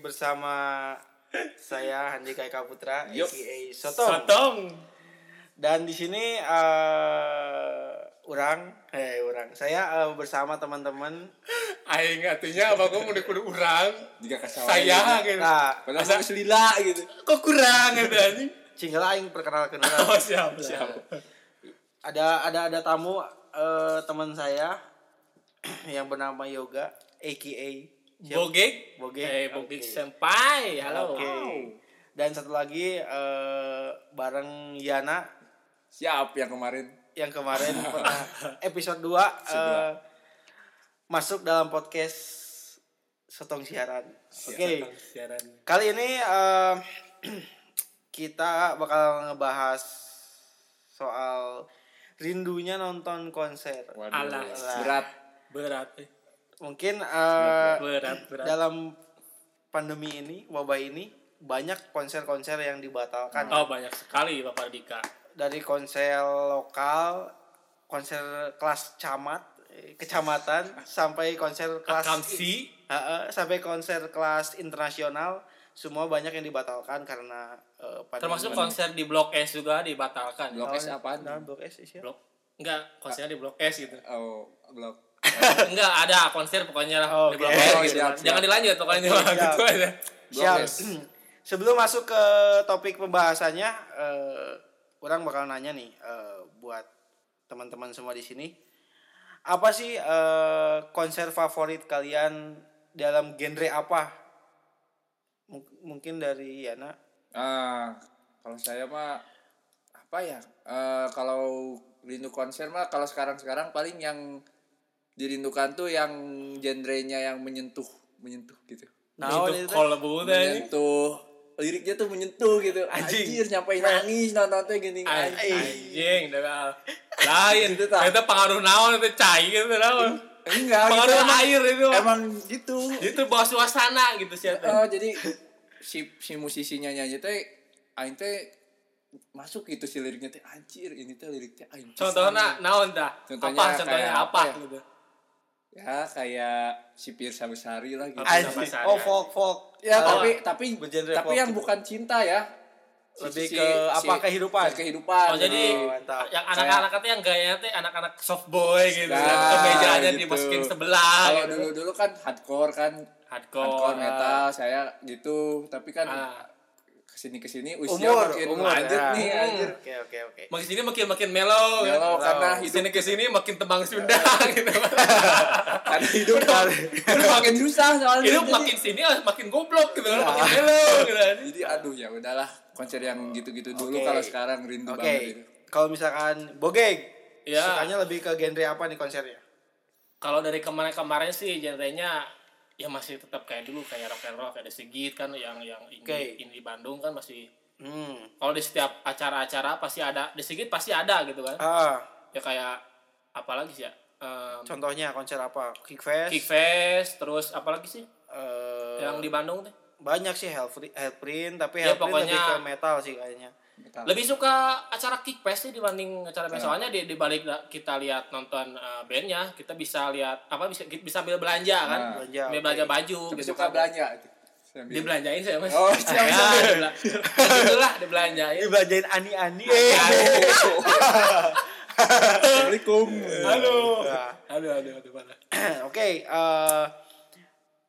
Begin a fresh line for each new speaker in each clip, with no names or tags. bersama saya Handika Eka Putra,
Yup.
aka Sotong.
Sotong.
Dan di sini eh orang, eh orang, saya eh, bersama teman-teman.
Aing artinya abang gua udah kudu urang
Jika kasawai.
saya
gitu.
gitu
Nah,
Padahal saya selila gitu.
kok kurang gitu anjing
Cinggala yang perkenalkan orang.
oh siap siap
ada ada ada tamu eh, teman saya yang bernama Yoga aka siapa?
bogek
Bogek.
eh bogek
Oke.
senpai halo
Oke. Dan satu lagi eh, bareng Yana
Siap yang kemarin.
yang kemarin pernah episode 2 eh, masuk dalam podcast Setong Siaran. Oke.
siaran
Kali ini eh, kita bakal ngebahas soal rindunya nonton konser.
Waduh.
Alah.
Berat.
berat eh.
Mungkin eh,
berat berat
dalam pandemi ini, wabah ini banyak konser-konser yang dibatalkan.
oh banyak sekali bapak Dika
Dari konser lokal, konser kelas camat, eh, kecamatan sampai konser kelas
akamsi
Heeh, sampai konser kelas internasional semua banyak yang dibatalkan karena eh, pandemi.
termasuk konser di blok S juga dibatalkan
Blok S apaan?
Nah, Blok S is ya.
blok enggak konsernya di blok S gitu
Oh, blok.
enggak ada konser pokoknya lah
Oh,
di blok
oke.
S
Oh,
gitu
siap, siap.
jangan dilanjut pokoknya mah,
siap.
gitu aja
Siap.
Blok S.
Sebelum masuk ke topik pembahasannya, eh, orang bakal nanya nih eh, buat teman-teman semua di sini, apa sih eh, konser favorit kalian dalam genre apa? Mung- mungkin dari Yana.
Ah, kalau saya mah apa ya? Eh, kalau rindu konser mah kalau sekarang-sekarang paling yang dirindukan tuh yang genrenya yang menyentuh, menyentuh gitu.
Naon
Nah, itu
itu teh?
kalau bau
Iya.
teh
Menyentuh liriknya tuh menyentuh gitu.
Anjing.
Anjir, nyampe nangis nontonnya gini. Anjing.
anjing dah lain
Gitu,
itu
tah.
pengaruh naon itu cai gitu naon
Enggak, gitu
pengaruh
emang,
air itu
emang gitu.
itu bawa suasana gitu sih teh.
Oh, jadi si si musisinya nyanyi teh aing teh masuk gitu si liriknya teh anjir ini teh lirik teh aing. pisan.
contohnya naon dah
Contohnya
apa contohnya
kayak
apa
apa ya?
gitu
ya kayak si Pirsa Besari lah gitu.
Apa?
Anjing.
Sama sehari-hari.
Oh folk folk.
Ya
Eh,
tapi tapi
bergenre pop
tapi yang
gitu.
bukan cinta ya.
Lebih ke apa, kehidupan?
ke kehidupan. gitu.
Oh, jadi
Oh, mantap.
yang anak-anak teh yang gayanya teh anak-anak soft boy gitu.
Nah,
yang kemejanya
gitu.
dimasukin sebelah
kalau
gitu.
dulu dulu kan hardcore kan
Hardcore, ya.
hardcore metal saya gitu tapi kan
Ah.
kesini kesini usia
Umur,
makin
umur,
lanjut
ya.
nih anjir.
Hmm.
Oke oke oke.
Makin sini makin makin mellow. gitu.
Mellow, karena
di
hidup-
sini ke sini makin tembang Sunda gitu.
Karena hidup kan. udah makin susah soalnya.
Hidup
Jadi-
makin sini ah, makin goblok gitu,
Iya.
makin mellow gitu.
jadi aduh ya udahlah konser yang gitu-gitu dulu
Oke.
kalau sekarang rindu
Oke,
banget gitu. itu.
kalau misalkan Bogeg,
Ya.
sukanya lebih ke genre apa nih konsernya?
Kalau dari kemarin-kemarin sih genrenya ya masih tetap kayak dulu kayak rock and roll kayak The Sigit kan yang yang ini
Oke.
di Bandung kan masih
Hmm.
kalau di setiap acara-acara pasti ada The Sigit pasti ada gitu kan.
Ah,
Ya kayak apalagi sih ya? Em,
contohnya konser apa? Kickfest.
Kickfest, terus apalagi sih
eh,
yang di Bandung teh?
banyak sih Hellfri- Hellprint, tapi
Ya,
Hellprint lebih
pokoknya-
ke metal sih kayaknya.
Metal.
Lebih suka acara Kickfest sih dibanding acara
Iya.
band. Soalnya di, di balik da- kita lihat nonton eh, bandnya, kita bisa lihat apa bisa bisa ambil belanja kan?
Nah.
Belanja,
ambil
oke.
belanja baju.
Tapi
gitu
suka
kan.
belanja itu. Sambil-
Dibelanjain saya mas.
Oh, siap,
Ya,
siap.
dibela- Begitulah dibelanjain.
Dibelanjain ani-ani.
Assalamualaikum.
Aduh.
Nah,
Aduh, aduh, aduh, parah.
Oke, eh,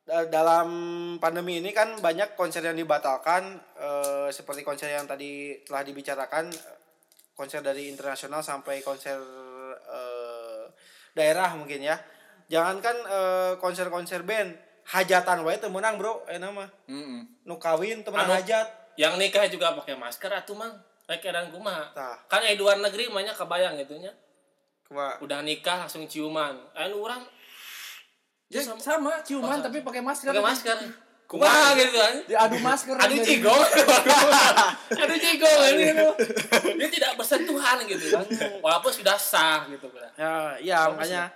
da- dalam pandemi ini kan banyak konser yang dibatalkan eh, seperti konser yang tadi telah dibicarakan eh, konser dari internasional sampai konser eh, daerah mungkin ya. Jangankan eh, konser-konser band, hajatan wae teu meunang, Bro. Enak mah.
Mm-mm.
Nu kawin teu
Anu-
meunang hajat.
Yang nikah juga pakai masker atuh mang. Rek edan kumaha.
Tah.
Kan di luar negeri banyak kebayang gitunya.
Kumaha?
Udah nikah langsung ciuman. Lain orang
Ya, sama ciuman tapi pakai masker.
pakai masker. Kumaha gitu kan.
Diadu Ya, masker.
Aduh
Jadi-
cigong. Aduh cigong ini. Dia tidak bersentuhan gitu kan. Walaupun sudah sah gitu kan.
Ya, ya makanya.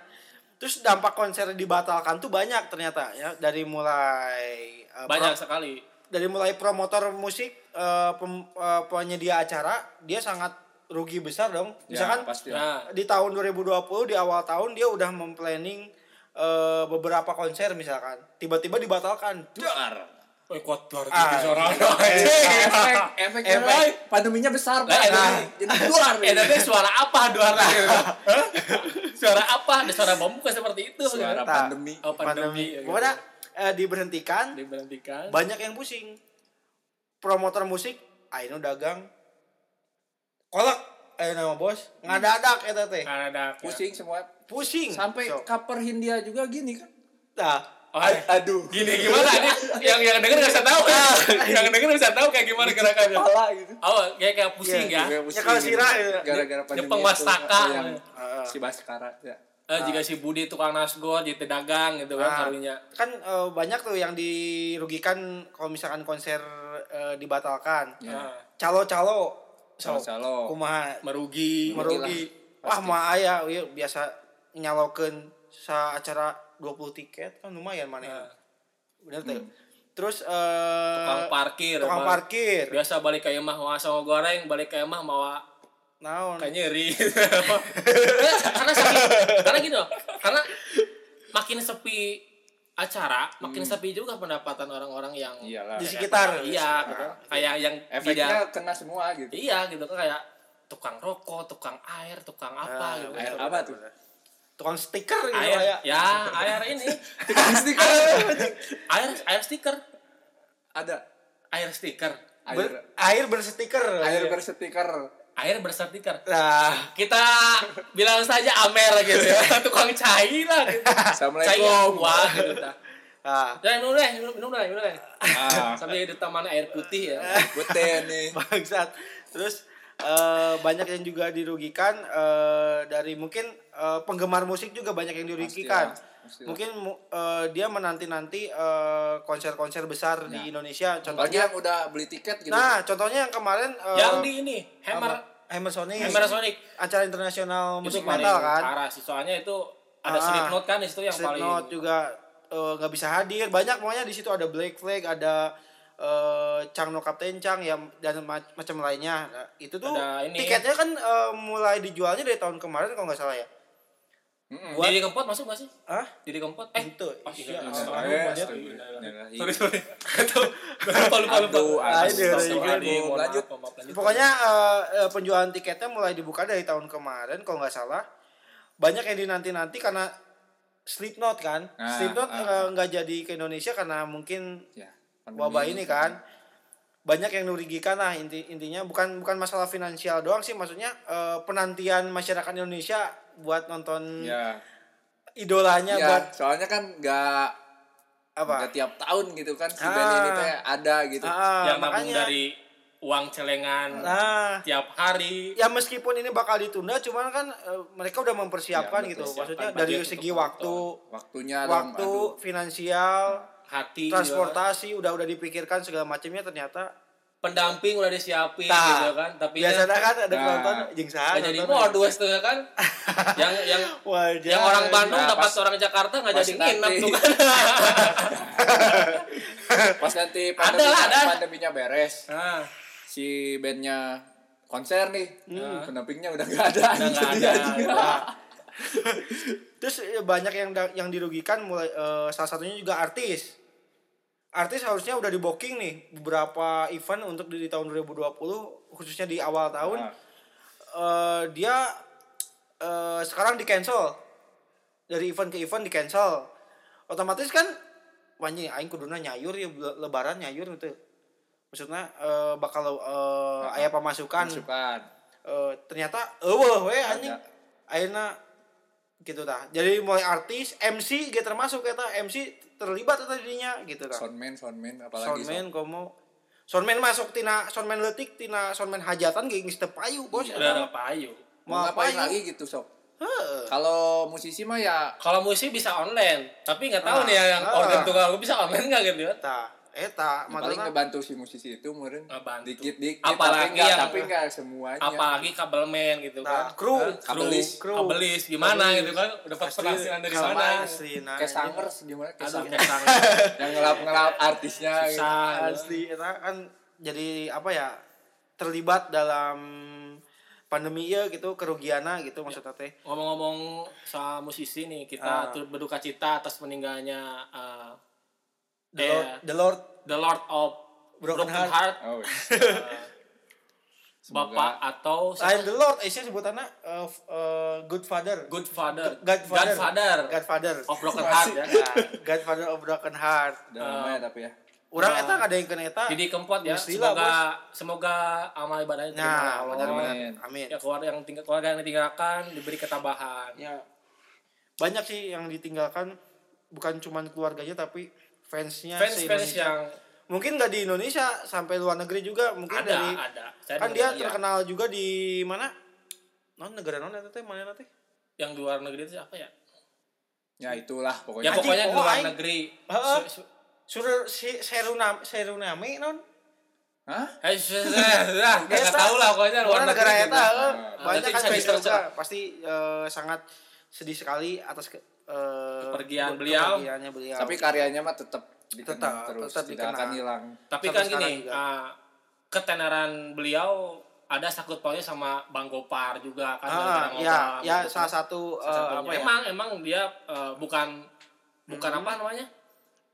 Terus dampak konser dibatalkan tuh banyak ternyata ya dari mulai eh,
Banyak sekali.
dari mulai promotor musik eh, pem- eh, penyedia acara dia sangat rugi besar dong
Ya,
misalkan
pasti lah.
Nah,
di tahun 2020 di awal tahun dia udah memplanning eh, beberapa konser misalkan tiba-tiba dibatalkan Duh,
Duar.
Wah, kuat luar
Ah,
biasa orang.
Eh, iya. efek efek
Efek.
efek pandeminya besar pak
Nah,
jadi
nah.
jadi keluar
Eh, tapi suara apa duar? Hah? suara apa? Ada suara bom bukan seperti itu.
suara
kan?
Tak.
pandemi
Oh, pandemi.
pandemi. Pokoknya eh, diberhentikan,
diberhentikan.
banyak yang pusing. Promotor musik, ayo dagang. Kolak, ayo nama bos, ngadadak eta teh.
Karena ada
pusing semua
Pusing.
sampai
Sok.
cover Hindia juga gini kan
Nah,
Oh, eh.
aduh
Gini gimana nih? Yang yang denger nggak bisa tahu. kan? yang denger nggak bisa tahu kayak gimana gerakannya.
Ah. kepala gitu
Oh, kayak kayak pusing
Iya,
ya.
pusing
kalau
gitu.
sirah ya.
gara-gara pandemi
Jepang
itu, kan
Wastaka.
yang
Heeh.
si Baskara ya
Eh, jika si Budi tukang nasgol jadi dagang gitu kan
Ah.
karunya.
kan eh, banyak tuh yang dirugikan kalau misalkan konser eh, dibatalkan.
Ah,
Calo-calo sok.
calo-calo
kumaha
merugi.
merugi. Wah, mah aya ieu biasa nyalokeun sa acara 20 tiket kan lumayan
Nah, Hmm.
mana. Bener teh. Terus eh
tukang parkir.
tukang
Bang.
parkir.
Biasa balik ke imah mau asam goreng, balik ke imah mau
Naon?
kayak nyeri. karena karena saking, karena gini loh, karena makin sepi acara,
Hmm.
makin sepi juga pendapatan orang-orang yang
iyalah ya.
Di sekitar.
Iya, gitu.
Ah.
kayak yang tidak
efeknya kena semua gitu
Iya gitu kan kayak tukang rokok, tukang air, tukang
Ah,
apa gitu.
air apa tuh
Tukang stiker gitu
Air,
aya.
ya air ini, air air stiker,
ada
air stiker,
Ber- Iya.
air
air berstiker.
air berstiker
air berstiker.
Nah,
Kita bilang saja Amer gitu ya, tukang cai lah gitu. Cai yang
Assalamualaikum
kuat gitu. dah.
ah.
Dan minum deh, minum minum deh, minum deh.
ah
Sampai di taman air putih ya.
beten nih
bangsat terus eh, banyak yang juga dirugikan eh, dari mungkin eh, penggemar musik juga banyak yang dirugikan
Pastilah, pastilah.
mungkin mu- eh, dia menanti nanti konser-konser besar
Iya.
di Indonesia
Apalagi
contohnya
yang udah beli tiket gitu
Iya. nah contohnya yang kemarin eh,
Yang di ini Hammer,
sama Hammer Sonic
Hammer Sonic
acara internasional
itu Ah,
musik
paling
metal kan
parah sih. Soalnya itu ada
Ah,
Slipknot kan di situ yang paling
Slipknot juga eh, nggak bisa hadir banyak pokoknya di situ ada Black Flag ada eh, Chang No Captain Chang ya dan ma- macam lainnya Nah, itu tuh
Ada ini. ya.
tiketnya kan eh, mulai dijualnya dari tahun kemarin kalau nggak salah ya
Hmm, Didi Kempot masuk gak sih?
Hah?
Didi Kempot? Eh,
Itu,
Oh,
iya.
Nah,
iya.
Iya.
ya,
Sorry, sorry. Atau lupa lupa lupa.
Aduh,
aduh,
aduh, lanjut.
pokoknya eh, eh, penjualan tiketnya mulai dibuka dari tahun kemarin kalau nggak salah banyak yang dinanti-nanti karena Slipknot kan
Ah,
Slipknot
ah,
eh, nggak jadi ke Indonesia karena mungkin
ya
wabah ini
gitu.
kan banyak yang dirugikan lah inti intinya bukan bukan masalah finansial doang sih maksudnya eh, penantian masyarakat Indonesia buat nonton
ya,
idolanya
ya
buat
soalnya kan nggak
apa
nggak tiap tahun gitu kan si
Ah.
band ini teh ada gitu
Ah,
yang nabung
makanya
dari uang celengan
nah
tiap hari.
ya meskipun ini bakal ditunda cuman kan eh, mereka udah mempersiapkan
Ya,
gitu
betul,
maksudnya
siapkan
dari
budget
segi
untuk
waktu
waktunya dong,
waktu
aduh.
finansial
Hati ya. juga.
transportasi udah udah dipikirkan segala macamnya ternyata
pendamping udah disiapin
Tah.
gitu kan, tapi ya
Nah, biasanya kan ada
Nah.
penonton jeng saha
nggak jadi
nonton.
modus tuh ya kan. yang yang
Wajar.
yang orang Bandung
Nah,
dapat
pas-
orang Jakarta nggak
pas
jadi nginep
nanti.
tuh kan.
pas nanti
Ada lah,
pandeminya,
ada.
pandeminya beres
Nah,
si bandnya konser nih Nah, pendampingnya udah nggak ada gitu
udah nggak
Jadi
ada. Kan.
anjing.
Terus eh, banyak yang da- yang dirugikan mulai eh, salah satunya juga artis. Artis harusnya udah di booking nih beberapa event untuk di, di tahun 2020 khususnya di awal tahun.
Nah.
Eh, dia eh, sekarang di cancel. Dari event ke event di cancel. Otomatis kan wanyi aing kuduna nyayur ya bel- lebaran nyayur gitu. Maksudnya eh, bakal eh, aya pemasukan
masukan
eh ternyata eueuh we anjing
Ada.
ayeuna gitu tah. Jadi mulai artis, MC ge termasuk ya eta MC terlibat eta dirinya gitu tah.
soundman soundman apalagi sound-
Soundman komo Soundman masuk tina soundman leutik tina soundman hajatan ge geus teu payu, Bos.
Udah ada payu.
Iya, mau ngapain
payu.
lagi gitu sob
Heeh.
kalau musisi mah ya
Kalau musik bisa online, tapi nggak tahu
Ah,
nih ya, yang
ah.
organ tukang lu bisa online nggak gitu kan?
Eta eta
paling
maksudna
ngebantu si musisi itu meureun
Ngebantu.
dikit-dikit
Apalagi
tapi enggak
yang-
tapi enggak semuanya
apalagi kabelmen gitu
nah,
kan
kru
kabelis.
Kru.
kabelis gimana gitu kan udah penghasilan dari
Kalau
mana gitu.
asli nah.
kayak sangers gimana kayak
aduh
sangers
kayak sang
yang ngelap-ngelap artisnya gitu.
susah gitu.
asli eta kan jadi apa ya terlibat dalam pandemi ya gitu kerugiannya gitu maksudnya teh Ah.
ngomong-ngong soal musisi nih kita turut berduka cita atas meninggalnya eh, Iya.
The Lord, The Lord
The Lord of Broken,
Broken Heart.
Heart,
Oh,
Bapak atau
I am the Lord Asia sebutannya uh, f- uh, Good Father
Good Father,
Godfather
Godfather
Godfather
of Broken Heart ya.
Nah, Godfather of Broken Heart
udah
eh,
lama ya tapi ya.
Orang
Nah.
eta ada yang kena eta
Jadi keempat ya,
Mesti lah,
semoga semoga amal ibadahnya diterima
Nah,
Allah.
benar-benar.
Amin.
Amin.
Ya keluarga yang tinggal keluarga yang ditinggalkan diberi ketabahan.
Ya. Banyak sih yang ditinggalkan bukan cuman keluarganya tapi fansnya
Fans fans ya.
se-Indonesia.
yang
mungkin nggak di Indonesia sampai luar negeri juga mungkin
ada
dari
ada. iya. Saya
kan dia
dengar dia.
terkenal juga di mana non negara non itu teh mana nanti
yang di luar negeri itu apa ya?
Ya itulah
Ya
pokoknya.
Anjing,
pokoknya di
oh,
luar
aing.
negeri.
Heeh.
Su- su-
Sur si Serunami Serunami non
Hah?
Eh, su- su- ya, nggak
Eta.
tahu lah pokoknya luar
luar
negeri.
negara eta
juga.
heuh.
Nah,
banyak
nanti
kan
bisa
fans
disearch
juga.
lah.
pasti eh, sangat sedih sekali atas ke, eh,
Kepergian
ke-
beliau.
kepergiannya beliau.
Tapi
kan
karyanya mah tetap
Tetap,
dikenang terus,
tetap
tidak akan
dikenang.
hilang.
Tapi
Sampai
kan
sekarang
gini,
juga.
ah, ketenaran beliau ada sakut pautnya sama Bang Gopar juga kan
Ah,
gara-gara
ya
ngobrol
ya
gitu kan.
salah satu eh,
Salah satunya.
apa ya Hmm.
emang emang dia eh, bukan bukan apa namanya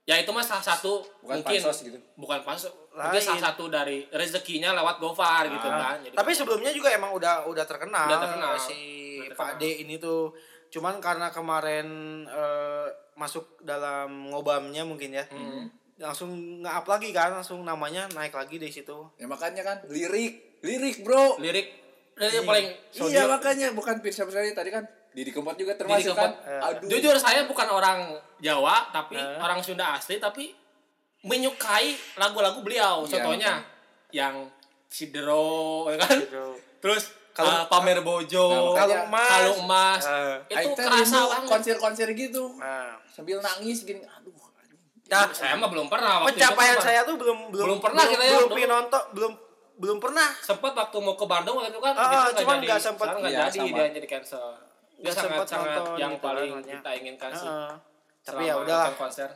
ya itu mah salah satu
Bukan
mungkin
pansos gitu.
bukan pansos
Lain.
mungkin salah satu dari rezekinya lewat gofar gitu
Ah.
kan Jadi
iya. Tapi sebelumnya juga emang udah udah terkenal,
Udah terkenal.
si
Udah terkenal.
Pak D ini tuh. Cuman karena kemarin eh, masuk dalam ngobamnya mungkin ya.
Hmm.
Langsung nge-up lagi kan, langsung namanya naik lagi di situ.
Ya makanya kan lirik, lirik bro.
lirik dari paling
iya makanya bukan Pirsa Besari tadi kan Didi Kempot juga termasuk
Kempot.
kan.
Eh.
Aduh.
jujur saya bukan orang Jawa tapi
Ah.
orang Sunda asli tapi menyukai lagu-lagu beliau
Iya,
contohnya yang Cidero ya kan
Gitu.
terus
Kalau-
eh, pamer bojo
Nah,
Kalau
Makanya,
emas,
kalau emas
eh,
itu
Aing teh
kerasa
rindu
banget
konser-konser gitu.
nah.
Sambil nangis gini. Aduh. anjing.
Nah,
Ya, saya mah belum pernah waktu itu
pencapaian
mah.
saya tuh belum belum
Belum pernah
belum,
kita ya,
belum
belum.
penonton, belum belum pernah
sempat waktu mau ke Bandung waktu itu kan
Ah,
itu nggak
cuman
jadi,
nggak sempat.
sekarang nggak
Iya,
jadi
sama.
dia jadi cancel dia
Nggak
sangat
sempat
sangat
nonton
yang
gitu kan,
paling
makanya.
kita inginkan Iya sih
Heeh.
selama
Tapi ya udahlah.
nonton konser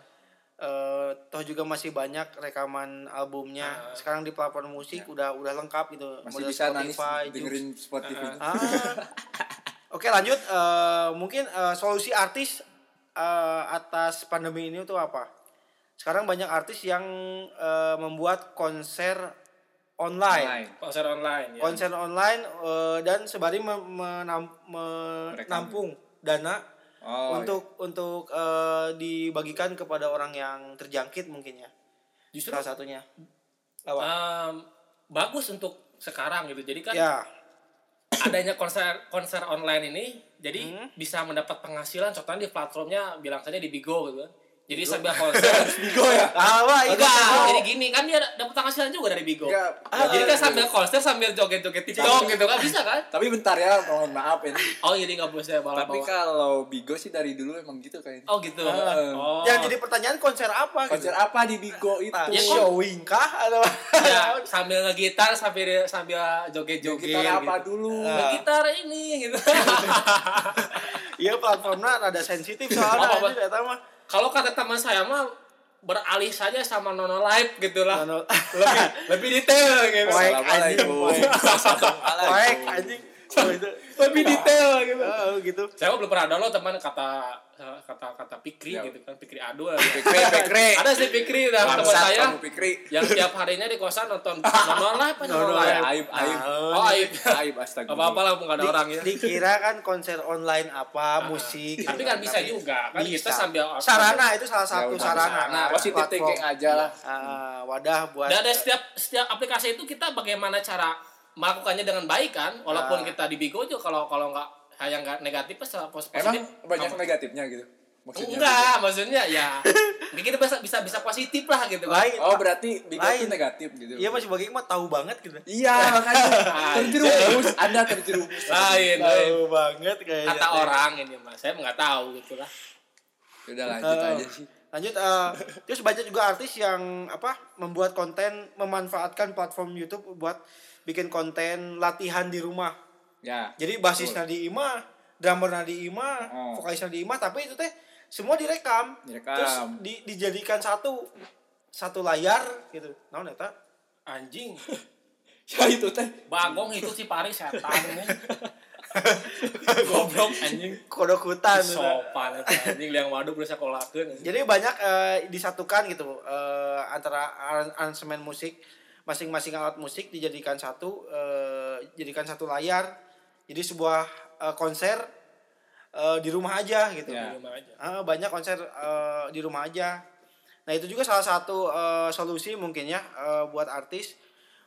eh toh juga masih banyak rekaman albumnya.
Ah.
Sekarang di platform
Iya.
musik udah udah lengkap gitu.
Masih
Model
bisa nangis
Spotify, Joox.
dengerin Spotify.
Ah. Oke lanjut Eh, mungkin eh, solusi artis eh, atas pandemi ini tuh apa? Sekarang banyak artis yang eh, membuat konser online,
Online.
konser online ya.
konser online eh, dan sebari mem- menam- menampung dana
Oh,
iya.
untuk untuk eh, dibagikan kepada orang yang terjangkit mungkin ya.
justru
Salah satunya. Lawan.
em, bagus untuk sekarang gitu jadi kan
ya.
adanya konser konser online ini jadi
Hmm.
bisa mendapat penghasilan contohnya di platformnya bilang saja di Bigo gitu kan jadi sambil konser
Bigo ya.
Lawan, itu
enggak
tahu.
jadi gini kan dia dapat penghasilan juga dari Bigo
Enggak.
Ah, jadi kan sambil konser sambil joget-joget TikTok gitu kan bisa kan
Tapi bentar ya, mohon maaf ini.
oh jadi nggak boleh bawa
Tapi kan- kalau Bigo sih dari dulu emang gitu kayaknya.
Oh gitu.
Heeh.
oh.
Yang Ya, jadi pertanyaan konser apa? gitu?
Konser apa di Bigo itu?
Nah,
Ya, kok-
showing kah atau
ya,
Iya.
sambil ngegitar sambil sambil joget-joget
Gitar apa
gitu.
dulu?
Ngegitar ini gitu.
Iya platformnya rada sensitif
Apa,
soalnya
apa?
anjir eta mah.
Kalau kata teman saya mah beralih saja sama Nono Live gitu lah.
Nono- Oh, iya.
lebih lebih detail gitu.
Wah.
Assalamualaikum.
Poek anjing. Oh, itu.
lebih detail gitu.
Oh, gitu.
Saya mah belum pernah download teman kata kata kata Pikri
Ya.
gitu kan Pikri Adul.
Pikri, Pikri.
Ada si Pikri nah, teman
Bangsat
saya
kamu, Pikri.
yang tiap harinya di kosan nonton Nono Live apa Nono
Nono
Live.
Aib, aib.
Oh, aib.
Aib astaga.
Gak apa-apa lah, gak ada orang ya.
Dikira kan konser online apa, musik. gitu
Tapi kan bisa juga, kan
Bisa.
kita sambil Ya
sarana itu salah satu
Ya udah,
sarana.
sarana.
kan, platform.
Positive Nah, thinking aja lah.
Ah, wadah buat
Dan ada setiap setiap aplikasi itu kita bagaimana cara melakukannya dengan baik kan, walaupun
Ah.
kita di Bigo juga kalau kalau nggak yang nggak negatif pas positif.
Emang banyak negatifnya gitu. Maksudnya.
Enggak, maksudnya ya kita bisa bisa bisa positif lah gitu kan.
lain.
Oh, berarti Bigo
Lain.
itu negatif gitu.
Iya masih bagi mah tahu banget gitu.
Iya, makanya terjerumus, Anda terjerumus.
Lain, lain.
Tahu banget kayaknya.
Kata orang ini mas, saya nggak tahu gitu lah.
Udah lanjut
Oh.
aja sih.
Lanjut, eh, terus banyak juga artis yang apa membuat konten memanfaatkan platform YouTube buat bikin konten latihan di rumah.
Ya.
Jadi basis
Betul.
Nadi Ima, drummer Nadi Ima,
Oh.
vokalis Nadi Ima, tapi itu teh semua direkam,
Direkam.
terus di- dijadikan satu satu layar gitu. Nah, neta
Anjing,
Ya itu teh.
bagong itu si Paris setan. goblok anjing
kodok hutan.
sopan eta anjing liang waduk udah sakolakeun anjing. Iya.
Jadi banyak eh, disatukan gitu eh, antara ar- aransemen musik masing-masing alat musik dijadikan satu eh, jadikan satu layar. Jadi sebuah eh, konser eh, di rumah aja gitu.
Ya.
di rumah aja
Ah, banyak konser eh, di rumah aja. Nah itu juga salah satu eh, solusi mungkin ya eh, buat artis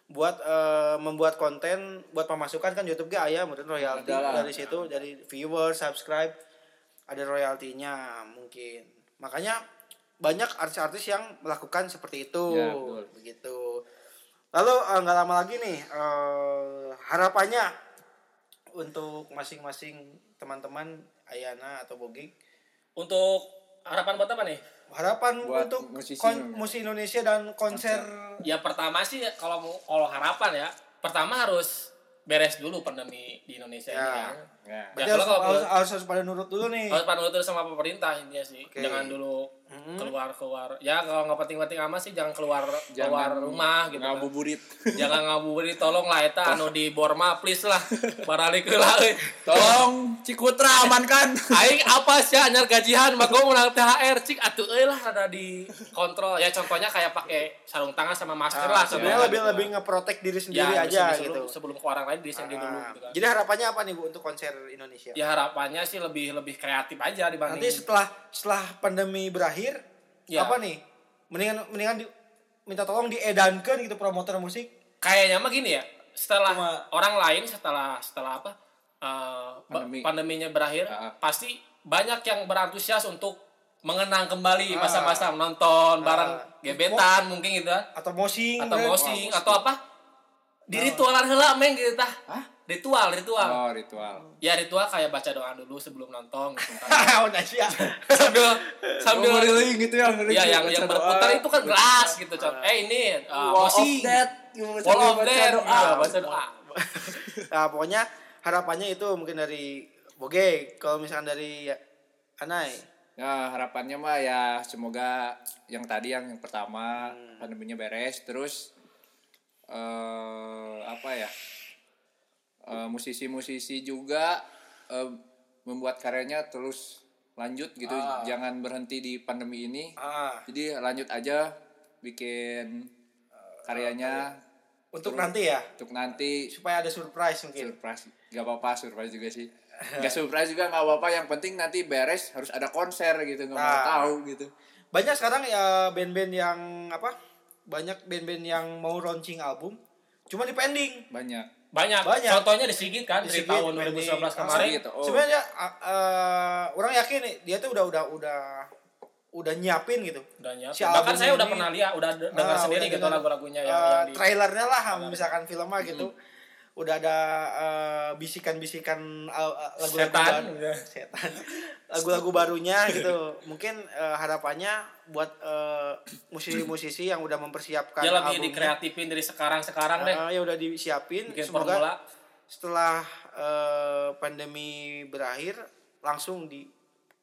buat eh, membuat konten buat pemasukan kan YouTube ge aya mungkin royalti
Ada lah.
dari situ dari viewer subscribe ada royaltinya mungkin makanya banyak artis-artis yang melakukan seperti itu
Ya, betul.
begitu lalu eh, nggak lama lagi nih eh, harapannya untuk masing-masing teman-teman Ayana atau Boging
untuk harapan buat apa nih
harapan
Buat
untuk
musisi
kon-
Indonesia.
musik Indonesia dan konser
ya pertama sih kalau mau- kalau harapan ya pertama harus beres dulu pandemi di Indonesia
Ya.
ini kan
Ya.
berarti
Ya,
harus,
kalau-
harus, harus, harus pada nurut dulu nih
harus pantau terus sama pemerintah intinya sih
Oke.
jangan dulu
Hmm.
keluar keluar ya kalau nggak penting-penting amat sih jangan keluar keluar
Jangan
rumah gitu kan.
ngabuburit
jangan ngabuburit tolong lah eta anu di Borma please lah baralik heula euy.
tolong Cikutra amankan
aing apa sih anyar gajihan mah gua menang THR cik atuh euy lah rada di kontrol ya contohnya kayak pakai sarung tangan sama masker lah
Ah, sebenarnya
sebelum-
lebih lebih ngeprotek diri
ya,
sendiri aja
sebelum,
gitu
sebelum ke orang lain diri sendiri dulu
Ah,
gitu kan.
jadi harapannya apa nih bu untuk konser Indonesia
ya harapannya sih lebih lebih kreatif aja dibanding
nanti setelah setelah pandemi berakhir
Ya.
apa nih mendingan mendingan di- minta tolong diedankan gitu promotor musik
kayaknya mah gini ya setelah
Cuma-
orang lain setelah setelah apa eh, ba-
Pandemi.
pandeminya berakhir
Ah, ah.
pasti banyak yang berantusias untuk mengenang kembali
Ah.
masa-masa nonton bareng
Ah.
gebetan mungkin gitu kan.
atau mosing Nah.
atau
kan?
mosing atau apa di ritualan heula meng gitu tah ritual ritual
oh ritual
ya ritual kayak baca doa dulu sebelum nonton gitu kan.
Oh, nah, iya.
sambil sambil
Oh, ngeriling gitu ya ngeriling.
ya yang yang
Baca doa.
berputar itu kan gelas gitu contoh eh ini eh,
Wall of
mosing
Death.
Wall of
Baca
Death.
doa.
Ah, baca doa
nah pokoknya harapannya itu mungkin dari Boge kalau misalkan dari Anai
Nah, harapannya mah ya semoga yang tadi yang, yang pertama pandeminya beres terus eh apa ya? eh, musisi-musisi juga eh, membuat karyanya terus lanjut gitu, jangan berhenti di pandemi ini.
ah
Jadi lanjut aja bikin karyanya
untuk nanti ya
untuk nanti
supaya ada surprise mungkin
surprise nggak apa-apa surprise juga sih nggak surprise juga nggak apa-apa yang penting nanti beres harus ada konser gitu nggak mau
Nah.
tahu gitu
banyak sekarang ya band-band yang apa banyak band-band yang mau launching album cuma di pending
banyak
banyak.
Banyak.
contohnya di Sigit kan dari
Sigit,
tahun
dibanding-
2019 kemarin
Sigit. gitu, oh.
sebenarnya ya, a- eh, orang yakin nih dia tuh udah udah udah udah nyiapin gitu
udah nyata.
Si
bahkan
album
saya udah
ini-
pernah lihat udah d- dengar
Ah,
sendiri
udah
gitu
dengar.
lagu-lagunya
Eh,
yang, yang di- Hmm.
trailernya lah misalkan filmnya gitu udah ada eh, bisikan-bisikan eh, eh, lagu-lagu
Setan.
baru setan lagu-lagu barunya gitu mungkin eh, harapannya buat eh, musisi-musisi yang udah mempersiapkan
dia lebih
kan, albumnya,
dikreatifin dari sekarang-sekarang deh
eh, ya udah disiapin
bikin
semoga
formula
setelah eh, pandemi berakhir langsung di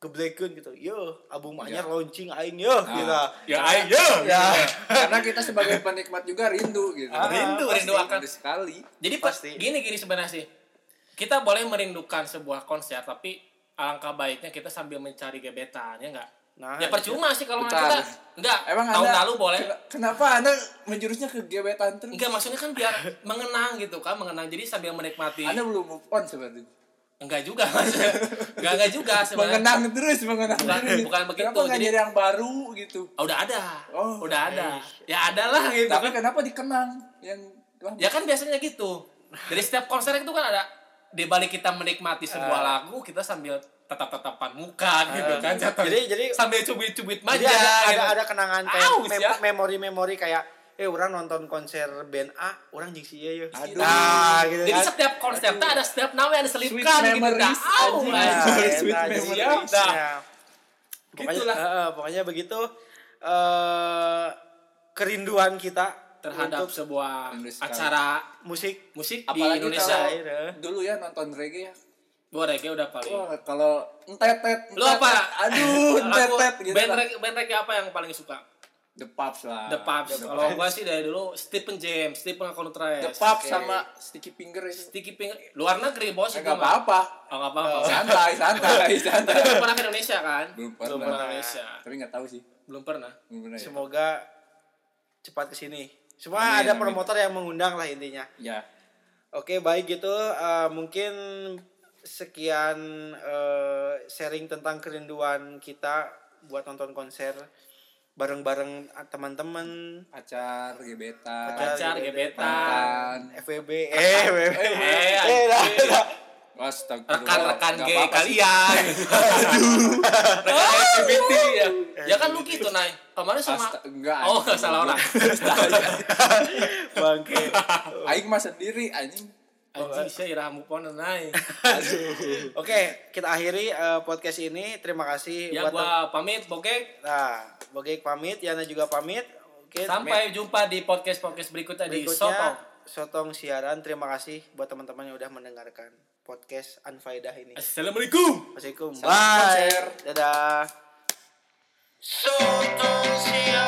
geblekeun gitu yo album anyar launching aing yo gitu
Iya. ya ayo
ya
karena kita sebagai penikmat juga rindu gitu
Ah,
Rindu,
Pasti,
rindu akan-
rindu sekali
jadi
Pasti.
pasti gini gini sebenarnya sih kita boleh merindukan sebuah konser tapi alangkah baiknya kita sambil mencari gebetan ya enggak
Nah,
ya percuma sih kalau
Bentar.
kita enggak
emang
tahun
Anda-
lalu boleh
ken- kenapa anda menjurusnya ke gebetan terus
enggak maksudnya kan biar mengenang gitu kan mengenang jadi sambil menikmati
anda belum move on seperti
enggak juga maksudnya enggak enggak juga sebenarnya
mengenang terus mengenang
Bukan- eh,
terus.
bukan begitu,
kenapa nggak
jadi-
jadi yang baru gitu
Ah, udah ada
Oh,
udah ada ya ada lah gitu
tapi
kan
kenapa dikenang yang lama?
ya kan biasanya gitu dari setiap konser itu kan ada di balik kita menikmati sebuah
Ah.
lagu kita sambil tatap-tatapan muka gitu kan jatuh.
jadi- jadi-
sambil cubit-cubit
Jadi
manja
ada, ada,
gitu.
ada kenangan kayak
Aus,
mem-
ya.
memori-memori kayak eh orang nonton konser band A, orang jeung si ieu yeuh.
Aduh.
Nah, gitu
jadi
kan.
setiap konser tuh ada setiap nama yang diselipkan
Sweet
gitu dah
memories,
Au,
anjing.
Nah,
anjing.
Sorry,
eta,
sweet
jadi-
memories.
ya,
Dah.
nah. Pokoknya,
Gitulah.
eh, eh, pokoknya begitu eh kerinduan kita
terhadap
untuk
sebuah
Indonesia.
acara
musik
musik di
Apalagi
Indonesia
kalau-
Air, eh.
dulu ya nonton reggae ya
gua reggae udah paling
Wah, kalau entetet,
Lu apa?
entetet. Oh. Aduh,
Aku-
entetet gitu.
band
kan.
reggae, band reggae apa yang paling suka
The Pubs lah.
The Pubs. Kalau gua sih dari dulu Stephen James, Stephen Contres.
The Pubs sama Sticky Finger itu.
Sticky Finger. Luar negeri bos itu
Enggak
mah.
apa-apa.
Oh nggak apa-apa.
Santai, santai, santai.
Tapi belum pernah ke Indonesia kan?
Belum
Belum
pernah.
pernah ke Indonesia.
Tapi nggak tahu sih.
Belum pernah.
Belum pernah ya.
Semoga cepat kesini. Semua
Amin,
ada
amin.
promotor yang mengundang lah intinya.
Ya.
Oke baik gitu eh, mungkin sekian eh, sharing tentang kerinduan kita buat nonton konser bareng-bareng teman-teman
Pacar, gebetan.
Pacar,
Pacar,
gebetan.
mantan.
FWB eh FWB.
Eh,
eh dah,
anjing.
dah.
Astagfirullah.
rekan-rekan
Nggak
gay
apa-apa sih.
kalian. Rekan LGBT
Iya,
ya. Ya kan lu gitu, Nay. Kemarin sama
Asta- enggak.
Oh,
anjing.
nggak salah orang.
bangke
Aing mah sendiri anjing.
Anjing saya irahamu pon Nay.
Aduh.
oke kita akhiri eh, podcast ini terima kasih
Ya
buat
gua pamit, Bogek.
nah Bogek pamit Yana juga pamit oke
Sampai jumpa di podcast-podcast berikutnya di
berikutnya
Soto.
sotong siaran terima kasih buat teman-teman yang udah mendengarkan podcast Anfaidah ini
Assalamualaikum.
Assalamualaikum
Salam konser.
bye dadah sotong siaran